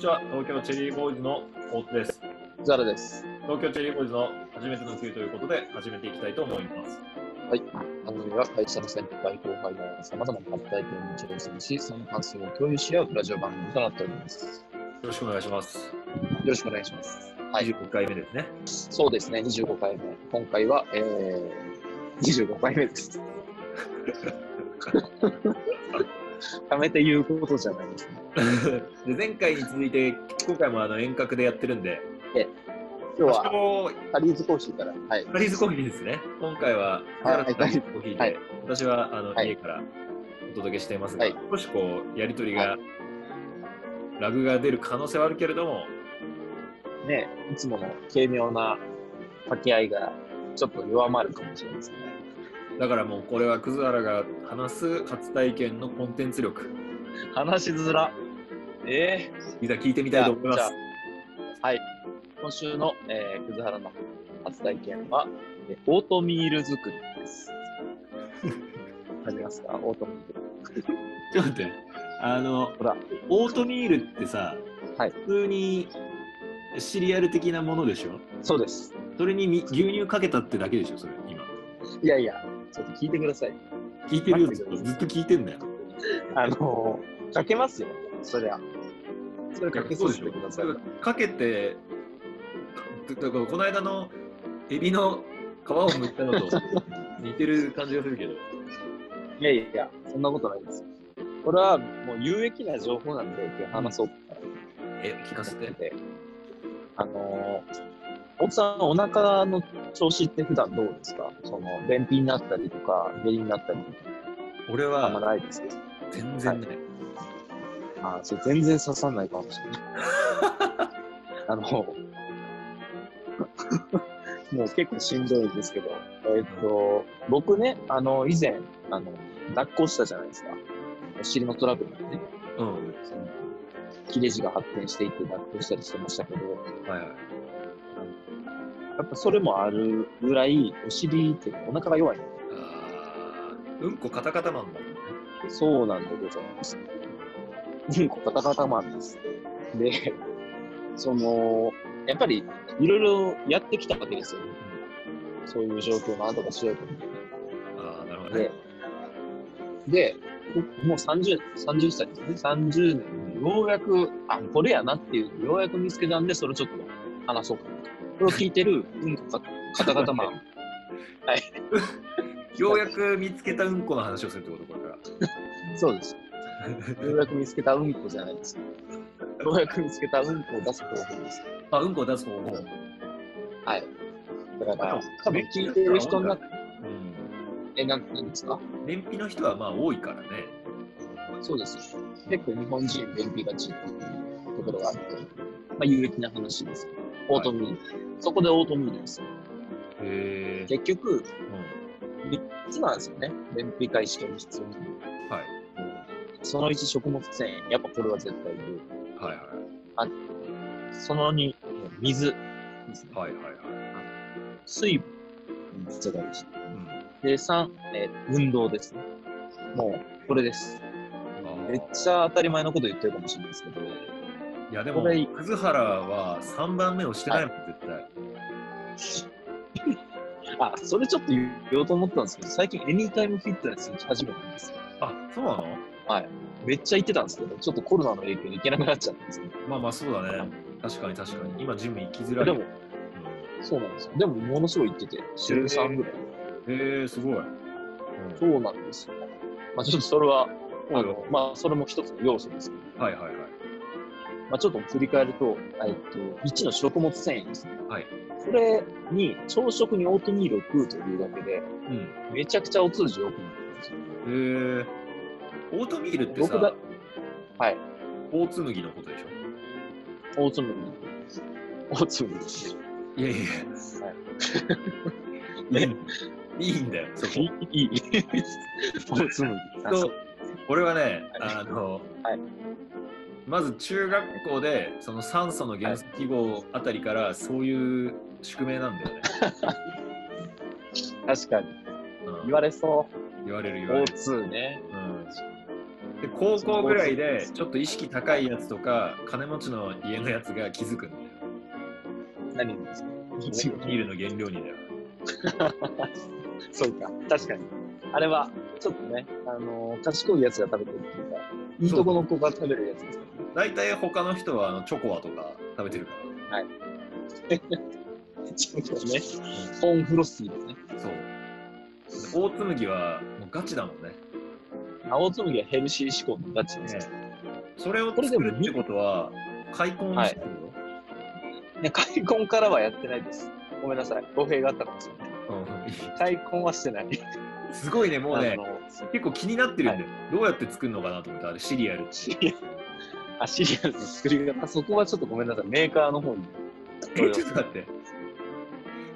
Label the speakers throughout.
Speaker 1: ちは、東京チェリーボーイズの太田です。
Speaker 2: ザラです。
Speaker 1: 東京チェリーボーイズの初めての冬ということで、始めていきたいと思います。
Speaker 2: はい。番組は会社の先輩、後輩が様々な活体験に挑戦し、その感想を共有し合うラジオ番組となっております。
Speaker 1: よ
Speaker 2: よ
Speaker 1: ろしくお願いします。
Speaker 2: ろしくお願いします。はい。
Speaker 1: 25回目ですね。
Speaker 2: そうですね、25回目。今回は、えー、25回目です。ためて言うことじゃないですね。
Speaker 1: で前回に続いて、今回もあの遠隔でやってるんで、
Speaker 2: 今
Speaker 1: 多
Speaker 2: 日は、
Speaker 1: 少
Speaker 2: タリーズコーヒーから、はい。
Speaker 1: タリーズコーヒーですね。今回は、
Speaker 2: はい
Speaker 1: タリーズコーヒーで、
Speaker 2: はい
Speaker 1: 私はあの、
Speaker 2: はい
Speaker 1: 家からお届けしていますが、
Speaker 2: はい
Speaker 1: 少しこう、やりとりが、
Speaker 2: は
Speaker 1: ラグが出る可能性はあるけれども、
Speaker 2: ね、いつもの軽妙な掛け合いが、ちょっと弱まるかもしれないですね。
Speaker 1: だからもうこれは葛原が話す初体験のコンテンツ力、
Speaker 2: 話しづら。ええ
Speaker 1: いざ聞いてみたいと思いま
Speaker 2: じゃあ
Speaker 1: す
Speaker 2: じ。ゃあはい。今週の、えー、葛原の初体験は、えーオートミール作り です。わかりますかオートミール。
Speaker 1: ちょっと待って、あの、
Speaker 2: ほら
Speaker 1: オートミールってさ、
Speaker 2: はい
Speaker 1: 普通にシリアル的なものでしょ
Speaker 2: そうです。
Speaker 1: それにみ牛乳かけたってだけでしょそれ、今。
Speaker 2: いやいや、ちょっと聞いてください。
Speaker 1: 聞いてるよ、ずっとずっと聞いてんだよ。
Speaker 2: あのー、かけますよ、そりゃ。それかけさせてください。
Speaker 1: かけて、かだからこの間のエビの皮を剥ったの と似てる感じがするけど。
Speaker 2: いやいや、そんなことないですよ。これはもう有益な情報なんで、今日話そうと
Speaker 1: え、聞かせ。
Speaker 2: 思ってて。あのー、おさん、お腹の調子って普段どうですかその、便秘になったりとか、下痢になったりとか。
Speaker 1: 俺
Speaker 2: あん
Speaker 1: は
Speaker 2: まないですけど。
Speaker 1: 全然ね、
Speaker 2: あーそれ全然刺さないかもしれない。あの、 もう結構しんどいんですけど、えーっと、僕ね、あの、以前、あの、脱行したじゃないですか。お尻のトラブルでね、
Speaker 1: うん。
Speaker 2: その切れ字が発展していって脱行したりしてましたけど、
Speaker 1: はいはい。
Speaker 2: やっぱそれもあるぐらい、お尻っていうかお腹が弱い。
Speaker 1: あーうんこカタカタマンだもんね。
Speaker 2: そうなんでございます。うんこカタカタマンです。で、その、やっぱりいろいろやってきたわけですよ。そういう状況の後がしようと思
Speaker 1: ああ、なるほど
Speaker 2: っ
Speaker 1: ね
Speaker 2: て。。で、もう30、30歳ですね。30年でようやく、あ、これやなっていう、ようやく見つけたんで、それちょっと話そうかなと。これを聞いてる、うんこカタカタマン。
Speaker 1: ようやく見つけたうんこの話をするってこと、これから。
Speaker 2: そうです。ようやく見つけたうんこじゃないです。ようやく見つけたうんこを出す方法です。
Speaker 1: あ、うんこを出す方法。
Speaker 2: はい。だから、多分聞いてる人になって、
Speaker 1: うん。
Speaker 2: え、なんなんですか
Speaker 1: 燃費の人はまあ多いからね。
Speaker 2: そうです。結構日本人、便秘がちっていうところがあって、まあ、有益な話です。オートミール。そこでオートミールです。
Speaker 1: へえ。
Speaker 2: 結局、
Speaker 1: うん。
Speaker 2: 3つなんですよね。便秘解消に必要なの。
Speaker 1: はい。
Speaker 2: その1、食物繊維。やっぱこれは絶対言う。
Speaker 1: はいは
Speaker 2: その2、水ですね。
Speaker 1: い。はいはいはい。
Speaker 2: 水分。めっちゃ大事。
Speaker 1: うん。
Speaker 2: で、3、えー運動ですね。もう、これです。
Speaker 1: あ
Speaker 2: めっちゃ当たり前のこと言ってるかもしれないですけど、
Speaker 1: ーいやでも、
Speaker 2: これ
Speaker 1: 葛原は3番目をしてないもん、絶対。
Speaker 2: あ、それちょっと言おうと思ったんですけど、最近エニタイムフィットネスに始めたんですよ。
Speaker 1: あ、そうなの
Speaker 2: めっちゃ行ってたんですけど、ちょっとコロナの影響で行けなくなっちゃったんですけ
Speaker 1: まあまあそうだね。確かに確かに。今、ジム行きづら
Speaker 2: ど、
Speaker 1: い。
Speaker 2: でも、
Speaker 1: う
Speaker 2: そうなんですよ。でも、ものすごい行ってて、週3ぐらい。
Speaker 1: ん、へえ、すごい。うん
Speaker 2: そうなんですよ。まあ、ちょっとそれは、
Speaker 1: お
Speaker 2: あ
Speaker 1: いおい
Speaker 2: のまあ、それも一つの要素ですけど、
Speaker 1: はいはいはい。
Speaker 2: まあ、ちょっと振り返ると、えっと、1の食物繊維ですね。
Speaker 1: はい。
Speaker 2: これに、朝食にオートミールを食うというだけで、
Speaker 1: うん。
Speaker 2: めちゃくちゃお通じ良くなるんですよ。
Speaker 1: へえ。オートミールって
Speaker 2: 僕が
Speaker 1: さ、
Speaker 2: はい。
Speaker 1: 大紬のことでしょ
Speaker 2: 大粒に。大粒です。
Speaker 1: いやいや
Speaker 2: はい
Speaker 1: いや、いいんだよ、そこ。
Speaker 2: いい。大粒に。あそ
Speaker 1: と
Speaker 2: う
Speaker 1: 俺はね、あの、
Speaker 2: はい
Speaker 1: まず中学校で、その酸素の原子記号あたりから、そういう宿命なんだよね。
Speaker 2: 確かに。
Speaker 1: うん
Speaker 2: 言われそう。
Speaker 1: 言われる言われ
Speaker 2: 大
Speaker 1: る。
Speaker 2: 粒ね。
Speaker 1: うんで高校ぐらいでちょっと意識高いやつとか金持ちの家のやつが気づくんだよ
Speaker 2: 何がですか
Speaker 1: ビールの原料にだよ
Speaker 2: そうか、確かに。あれは、ちょっとね、あのー賢いやつが食べてるっていうか、いいとこの子が食べるやつですか。
Speaker 1: 大体他の人はあのチョコアとか食べてるから
Speaker 2: ちょっとね、コーンフロスティーですね。
Speaker 1: らそうで大紬はもうガチだもんね
Speaker 2: 青紬はヘルシー志向のガチです
Speaker 1: ね
Speaker 2: ね。
Speaker 1: それを
Speaker 2: これ
Speaker 1: 作
Speaker 2: でも
Speaker 1: るってことは開墾してるよ、
Speaker 2: いや、開墾からはやってないです。ごめんなさい、語弊があったかもしれない。開墾はしてない。
Speaker 1: うん、 すごいねもうね
Speaker 2: あの
Speaker 1: 結構気になってるんだよ、どうやって作るのかなと思ってあれシリアル
Speaker 2: シリアあシリアルの作り方、そこはちょっとごめんなさい、メーカーの方に。
Speaker 1: え ちょっと待って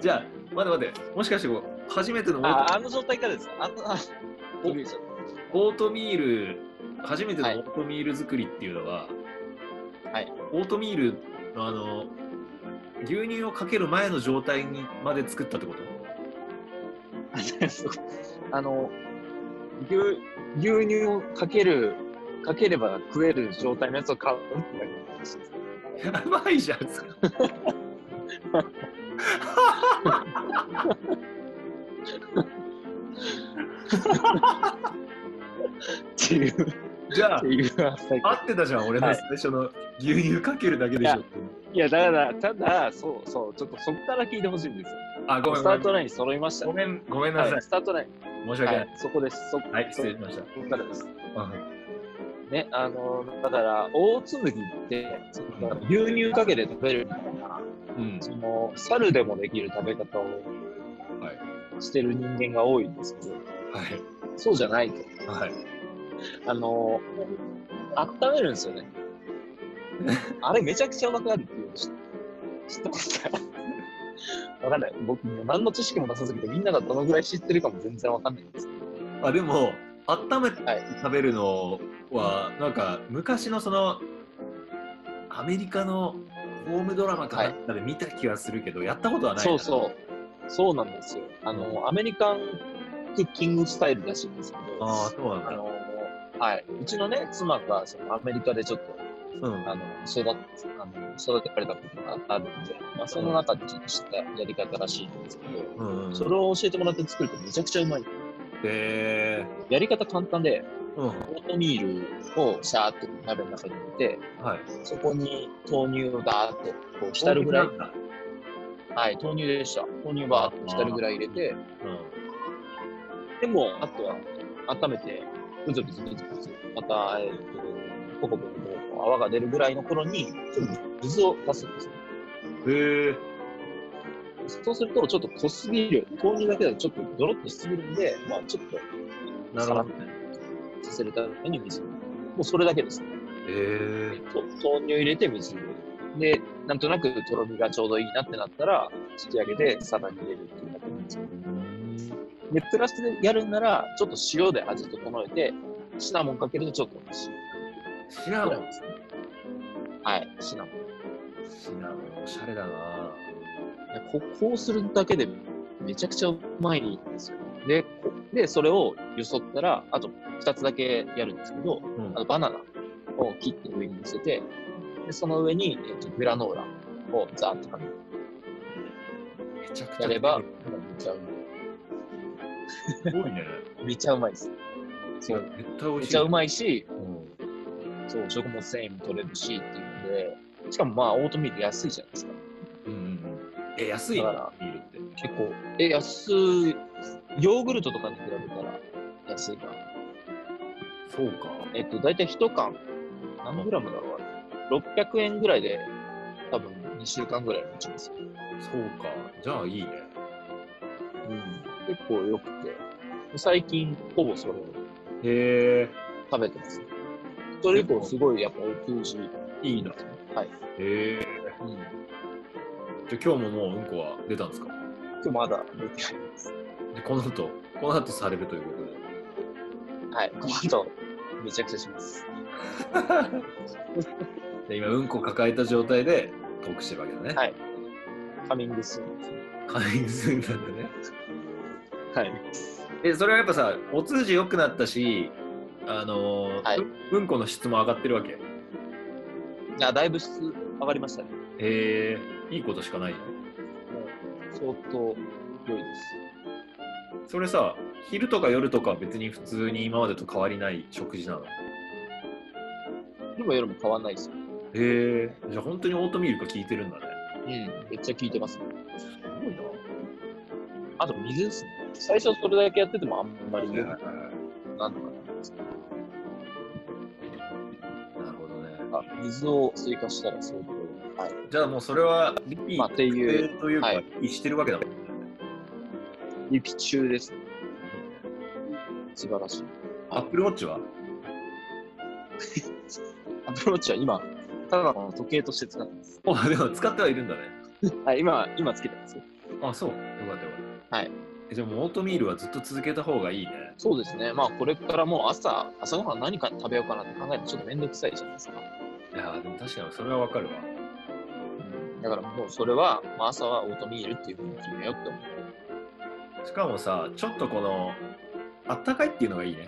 Speaker 1: じゃあ待って待ってもしかしてこう初めてのオー
Speaker 2: あ
Speaker 1: ト
Speaker 2: あの状態からです。あのあ
Speaker 1: お
Speaker 2: びっくりしちゃっ
Speaker 1: オートミール初めてのオ
Speaker 2: はい
Speaker 1: ートミール作りっていうのは、
Speaker 2: はい
Speaker 1: オートミールのあの牛乳をかける前の状態にまで作ったってこと
Speaker 2: たすごいあの牛牛乳をかけるかければ食える状態のやつを買うってだけの話です
Speaker 1: やばいじゃん。
Speaker 2: っていう
Speaker 1: じゃあ
Speaker 2: っていうあ最
Speaker 1: 合
Speaker 2: 近
Speaker 1: ってたじゃん俺の
Speaker 2: はい
Speaker 1: 最初の牛乳かけるだけでしょ
Speaker 2: いやいやだからただそうそうちょっとそこから聞いてほしいんです
Speaker 1: あご
Speaker 2: よ
Speaker 1: めんご
Speaker 2: スタ
Speaker 1: めん
Speaker 2: ートライン揃いました
Speaker 1: ごめんごめんなさい、
Speaker 2: はい、スタートライン、
Speaker 1: 申し
Speaker 2: は
Speaker 1: 訳ない
Speaker 2: い、そこですそこ
Speaker 1: はい、失礼しました
Speaker 2: そこからです
Speaker 1: うん
Speaker 2: ね、あのだから大紬ってその牛乳かけて食べるみたいな
Speaker 1: うん
Speaker 2: その猿でもできる食べ方を
Speaker 1: はい
Speaker 2: してる人間が多いんですけど
Speaker 1: はい
Speaker 2: そうじゃないと
Speaker 1: はい
Speaker 2: あの温めるんで すよねあれめちゃくちゃうまくなるっていうの知知ってますか わかんない僕もう何の知識もなさすぎてみんながどのぐらい知ってるかも全然わかんないんですけ
Speaker 1: あでも温めて
Speaker 2: はい
Speaker 1: 食べるのは、なんか昔のそのアメリカのホームドラマかなんかで見た気がするけど、やったことは
Speaker 2: ど
Speaker 1: ない
Speaker 2: そう
Speaker 1: う
Speaker 2: そうそうなんですよあのアメリカンクッキングスタイルらしいんですけど
Speaker 1: ああそうなん
Speaker 2: あ
Speaker 1: だ
Speaker 2: のはい、うちのね、妻がそのアメリカでちょっと
Speaker 1: うん
Speaker 2: あの育っあの育てられたことがあるんで、まあ、その中でちょっと知ったやり方らしいんですけど、
Speaker 1: うんうん
Speaker 2: それを教えてもらって作るとめちゃくちゃうまい。
Speaker 1: へえ
Speaker 2: やり方簡単で、
Speaker 1: うん
Speaker 2: オートミールをシャーっと鍋の中に入れて、
Speaker 1: はい
Speaker 2: そこに豆乳をダーっとこう浸るぐらい、はい、豆乳でした。豆乳バーっと浸るぐらい入れて、
Speaker 1: う
Speaker 2: でも、あとは温めて、うずぶずぶずぶず、また、えっ、と、ポコポコポコ泡が出るぐらいの頃に、ちょっと水を足すんですね。
Speaker 1: んへえ
Speaker 2: そうすると、ちょっと濃すぎる、豆乳だけだとちょっとドロッとしすぎるんで、まあ、ちょっと
Speaker 1: なるほどね
Speaker 2: させるために水を。もうそれだけです、ね。
Speaker 1: へえ
Speaker 2: と豆乳入れて水を入れる。で、なんとなくとろみがちょうどいいなってなったら、引き上げて、さらに入れるっていうだけなんですよ。で、プラスでやるんなら、ちょっと塩で味整えて、シナモンかけるとちょっと美味しい。
Speaker 1: シナモン
Speaker 2: はい、シナモン。
Speaker 1: シナモンおしゃれだな
Speaker 2: ここうするだけでめちゃくちゃうまいんですよ。で、こでそれをよそったら、あと2つだけやるんですけど、
Speaker 1: うん
Speaker 2: あのバナナを切って上に乗せて、でその上に、えっとグラノーラをザーッとかけて
Speaker 1: めちゃくちゃ
Speaker 2: やれば、めちゃうます
Speaker 1: ごいね
Speaker 2: い。めちゃうまいです。
Speaker 1: い
Speaker 2: そ
Speaker 1: や
Speaker 2: う
Speaker 1: 絶対美
Speaker 2: め
Speaker 1: 味しい
Speaker 2: ちゃうまいし、
Speaker 1: うん
Speaker 2: そう食物繊維も取れるしっていうので、しかもまあオートミール安いじゃないですか。
Speaker 1: うんうんうんえ安い
Speaker 2: だ
Speaker 1: の
Speaker 2: か
Speaker 1: ビールって
Speaker 2: 結構、え、安い、ヨーグルトとかに比べたら安いかな。
Speaker 1: そうか
Speaker 2: えっと、大体1缶、何グラムだろうあれ ?600 円ぐらいで、多分2週間ぐらい持ちますよ。
Speaker 1: そうかじゃあいいね
Speaker 2: 結構良くて、最近、ほぼそれを
Speaker 1: へえ
Speaker 2: 食べてます、ね。それ以降、すごいやっぱお給仕。
Speaker 1: いいな。
Speaker 2: はい。
Speaker 1: へえ
Speaker 2: うん。今
Speaker 1: じゃあ今日ももううんこは出たんですか
Speaker 2: 日まだ出てないです。
Speaker 1: でこの後この後されるということで
Speaker 2: はい。この後、めちゃくちゃします。
Speaker 1: で今うんこ抱えた状態でトークしてるわけだね
Speaker 2: はいカミングスーンですね。
Speaker 1: 会員数なんだね
Speaker 2: はい。
Speaker 1: えそれはやっぱさお通じ良くなったしあのー
Speaker 2: はいう
Speaker 1: うんこの質も上がってるわけ。
Speaker 2: いや、だいぶ質上がりましたね。
Speaker 1: えー、いいことしかないよ。
Speaker 2: 相当良いです。
Speaker 1: それさ、昼とか夜とかは別に普通に今までと変わりない食事なの。
Speaker 2: 昼も夜も変わんないですよ。
Speaker 1: えー、じゃあ本当にオートミールが効いてるんだね。
Speaker 2: うん。めっちゃ効いてますね。
Speaker 1: すごいな。
Speaker 2: あと水ですね。最初それだけやっててもあんまり良くなんとかなります
Speaker 1: なるほどね。
Speaker 2: あ水を追加したら相当。はい。
Speaker 1: じゃあもうそれはリピ
Speaker 2: まあっていう
Speaker 1: 確定というか、
Speaker 2: はい
Speaker 1: リピしてるわけだもんね。
Speaker 2: リピ中ですね。素晴らしい。
Speaker 1: アップルウォッチは
Speaker 2: アプローチは今、ただの時計として使ってます。
Speaker 1: あ、でも使ってはいるんだね。
Speaker 2: はい、今、今つけてますよ。
Speaker 1: あ、そう。よかったよかった。
Speaker 2: はい
Speaker 1: え。じゃあもうオートミールはずっと続けた方がいいね。
Speaker 2: そうですね。まあ、これからもう朝、朝ごはん何か食べようかなって考えてちょっとめんどくさいじゃないですか。
Speaker 1: いやーでも確かにそれはわかるわ。
Speaker 2: だからもうそれは、まあ、朝はオートミールっていうふうに決めようって思う。
Speaker 1: しかもさ、ちょっとこの、あったかいっていうのがいいね。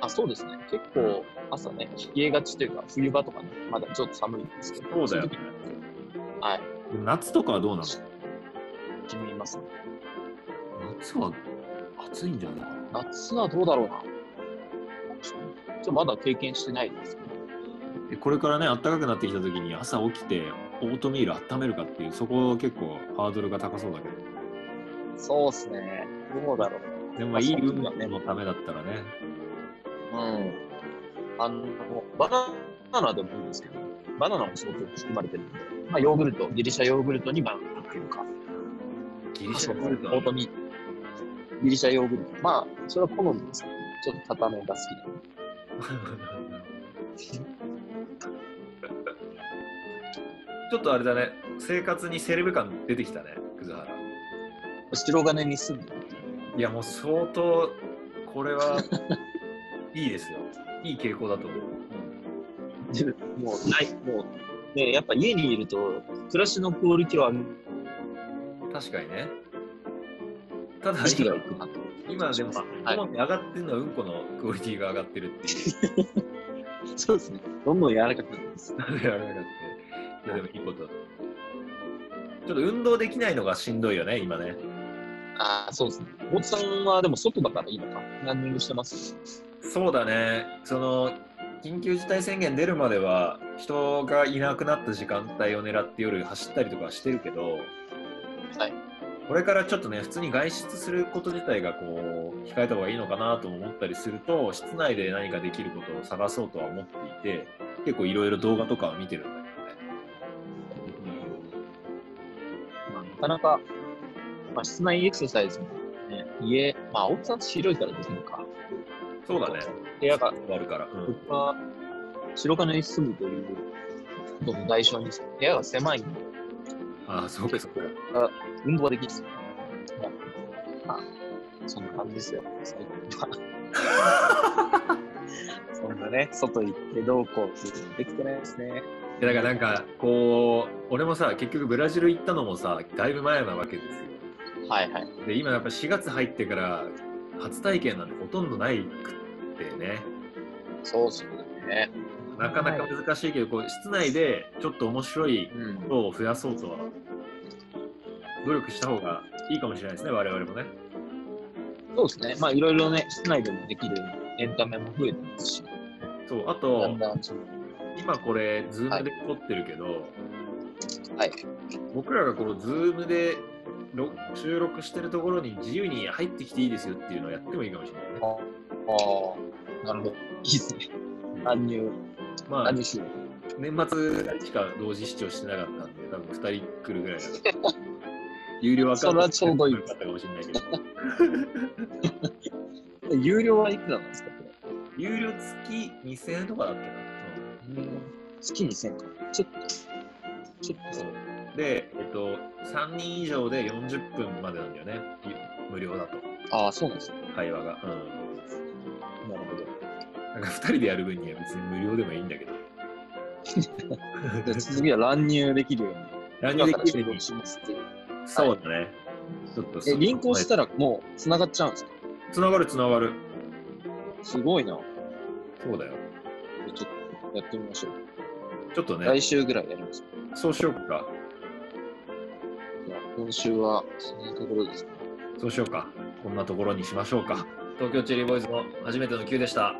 Speaker 2: あ、そうですね。結構朝ね、冷えがちというか、冬場とかね、まだちょっと寒いんですけど、
Speaker 1: そうだよ
Speaker 2: の時にはい、
Speaker 1: でも夏とかはどうな
Speaker 2: 決めますね。
Speaker 1: の夏は暑いんじゃないかな。
Speaker 2: 夏はどうだろうな。ちょっとまだ経験してないですけど、
Speaker 1: えこれからね、あったかくなってきた時に朝起きてオートミール温めるかっていう、そこ結構ハードルが高そうだけど。
Speaker 2: そうですね。どうだろう。
Speaker 1: でもまあいい
Speaker 2: まあそう
Speaker 1: 運
Speaker 2: だね
Speaker 1: のためだったらね。
Speaker 2: うん。あの、バナナでもいいんですけど、バナナもすごく含まれてるんで、まあ、ヨーグルト、ギリシャヨーグルトにバナナっていうか、
Speaker 1: ギ
Speaker 2: ギ
Speaker 1: リシャヨーグルト
Speaker 2: オートミール。ギリシャヨーグルト。まあ、それは好みですけど、ちょっと固めが好きなんで。
Speaker 1: ちょっとあれだね、生活にセレブ感出てきたね、葛原。
Speaker 2: 白金に住んでるっていう。
Speaker 1: いや、もう相当、これ はいいですよ。いい傾向だと思う。
Speaker 2: もう、ない、もう、ね、やっぱ家にいると、暮らしのクオリティは上げ
Speaker 1: 確かにね。ただ、
Speaker 2: 意識がいくなと。
Speaker 1: 今でも、
Speaker 2: はい
Speaker 1: 主に上がってるのはうんこのクオリティが上がってるっていう。
Speaker 2: そうですね。どんどん柔らかくなります。
Speaker 1: なので、あれだって。いや、でもいいことだと思う。ちょっと運動できないのがしんどいよね、今ね。
Speaker 2: ああ、そうですね。大津さんはでも外だからいいのか。ランニングしてます。
Speaker 1: そうだね、その緊急事態宣言出るまでは、人がいなくなった時間帯を狙って夜走ったりとかはしてるけど、
Speaker 2: はい。
Speaker 1: これからちょっとね、普通に外出すること自体がこう控えた方がいいのかなとも思ったりすると、室内で何かできることを探そうとは思っていて、結構いろいろ動画とかは見てるんだけ
Speaker 2: まあ、なかなか、まあ、室内エクササイズも、ね、家、まあ、大津さんち広いからできるのか。
Speaker 1: どね。そうだね、
Speaker 2: 部屋が、
Speaker 1: あるから。うん
Speaker 2: 僕は白金に住むということの代償に、部屋が狭いんで、
Speaker 1: ああ、そうか、そうか。
Speaker 2: 運動はできるんですよ。まあ、そんな感じですよ、最近は そんなね、外行ってどうこうっていうのもできてないですね。
Speaker 1: いやだからなんか、こう、俺もさ、結局ブラジル行ったのもさ、だいぶ前なわけですよ。
Speaker 2: はいはい。
Speaker 1: で今やっぱ4月入ってから初体験なんてほとんどないくってね
Speaker 2: そうですね。
Speaker 1: なかなか難しいけど、こう室内でちょっと面白い
Speaker 2: うん
Speaker 1: こ。とを増やそうとは努力した方がいいかもしれないですね我々もね
Speaker 2: そうですね。まあ、いろいろね、室内でもできるエンタメも増えてますし、
Speaker 1: そうあ
Speaker 2: だ
Speaker 1: と
Speaker 2: んだんその、
Speaker 1: 今これズームで撮ってるけど、
Speaker 2: はい。
Speaker 1: 僕らがこのズームでろ収録してるところに自由に入ってきていいですよっていうのをやってもいいかもしれないね
Speaker 2: ああ、なるほど。いいですね。乱入、
Speaker 1: まあ
Speaker 2: 乱入しよう。
Speaker 1: 年末しか同時視聴してなかったんで、多分2人来るぐらいだから。有料アカウント
Speaker 2: それはちょうどいい
Speaker 1: かったかもしれ ないけど。
Speaker 2: 有料はいくらなんですか、こ
Speaker 1: 有料月2000円とかだっ
Speaker 2: れ。うん。月2000か。ちょっと、ちょっとそれ。
Speaker 1: けな。で、えっと、3人以上で40分までなんだよね。ゆ無料だと、
Speaker 2: ああ、そうなんですね。
Speaker 1: 会話が。うん。
Speaker 2: なるほど。
Speaker 1: なんか2人でやる分には別に無料でもいいんだけど。
Speaker 2: じゃあ次は乱入できるように。
Speaker 1: 何をでき
Speaker 2: 今
Speaker 1: る
Speaker 2: から収録しますっていう。
Speaker 1: そうだね。ちょっと
Speaker 2: え、リンクをした
Speaker 1: ら。
Speaker 2: らもう繋がっちゃうんですか
Speaker 1: つながるつながる。
Speaker 2: すごいな。
Speaker 1: そうだよ。
Speaker 2: ちょっとやってみましょう。
Speaker 1: ちょっとね、
Speaker 2: 来週ぐらいやります。
Speaker 1: そうしようか。
Speaker 2: じゃあ今週はそんなところですね。
Speaker 1: そうしようか。こんなところにしましょうか。東京チェリーボーイズの初めての Q でした。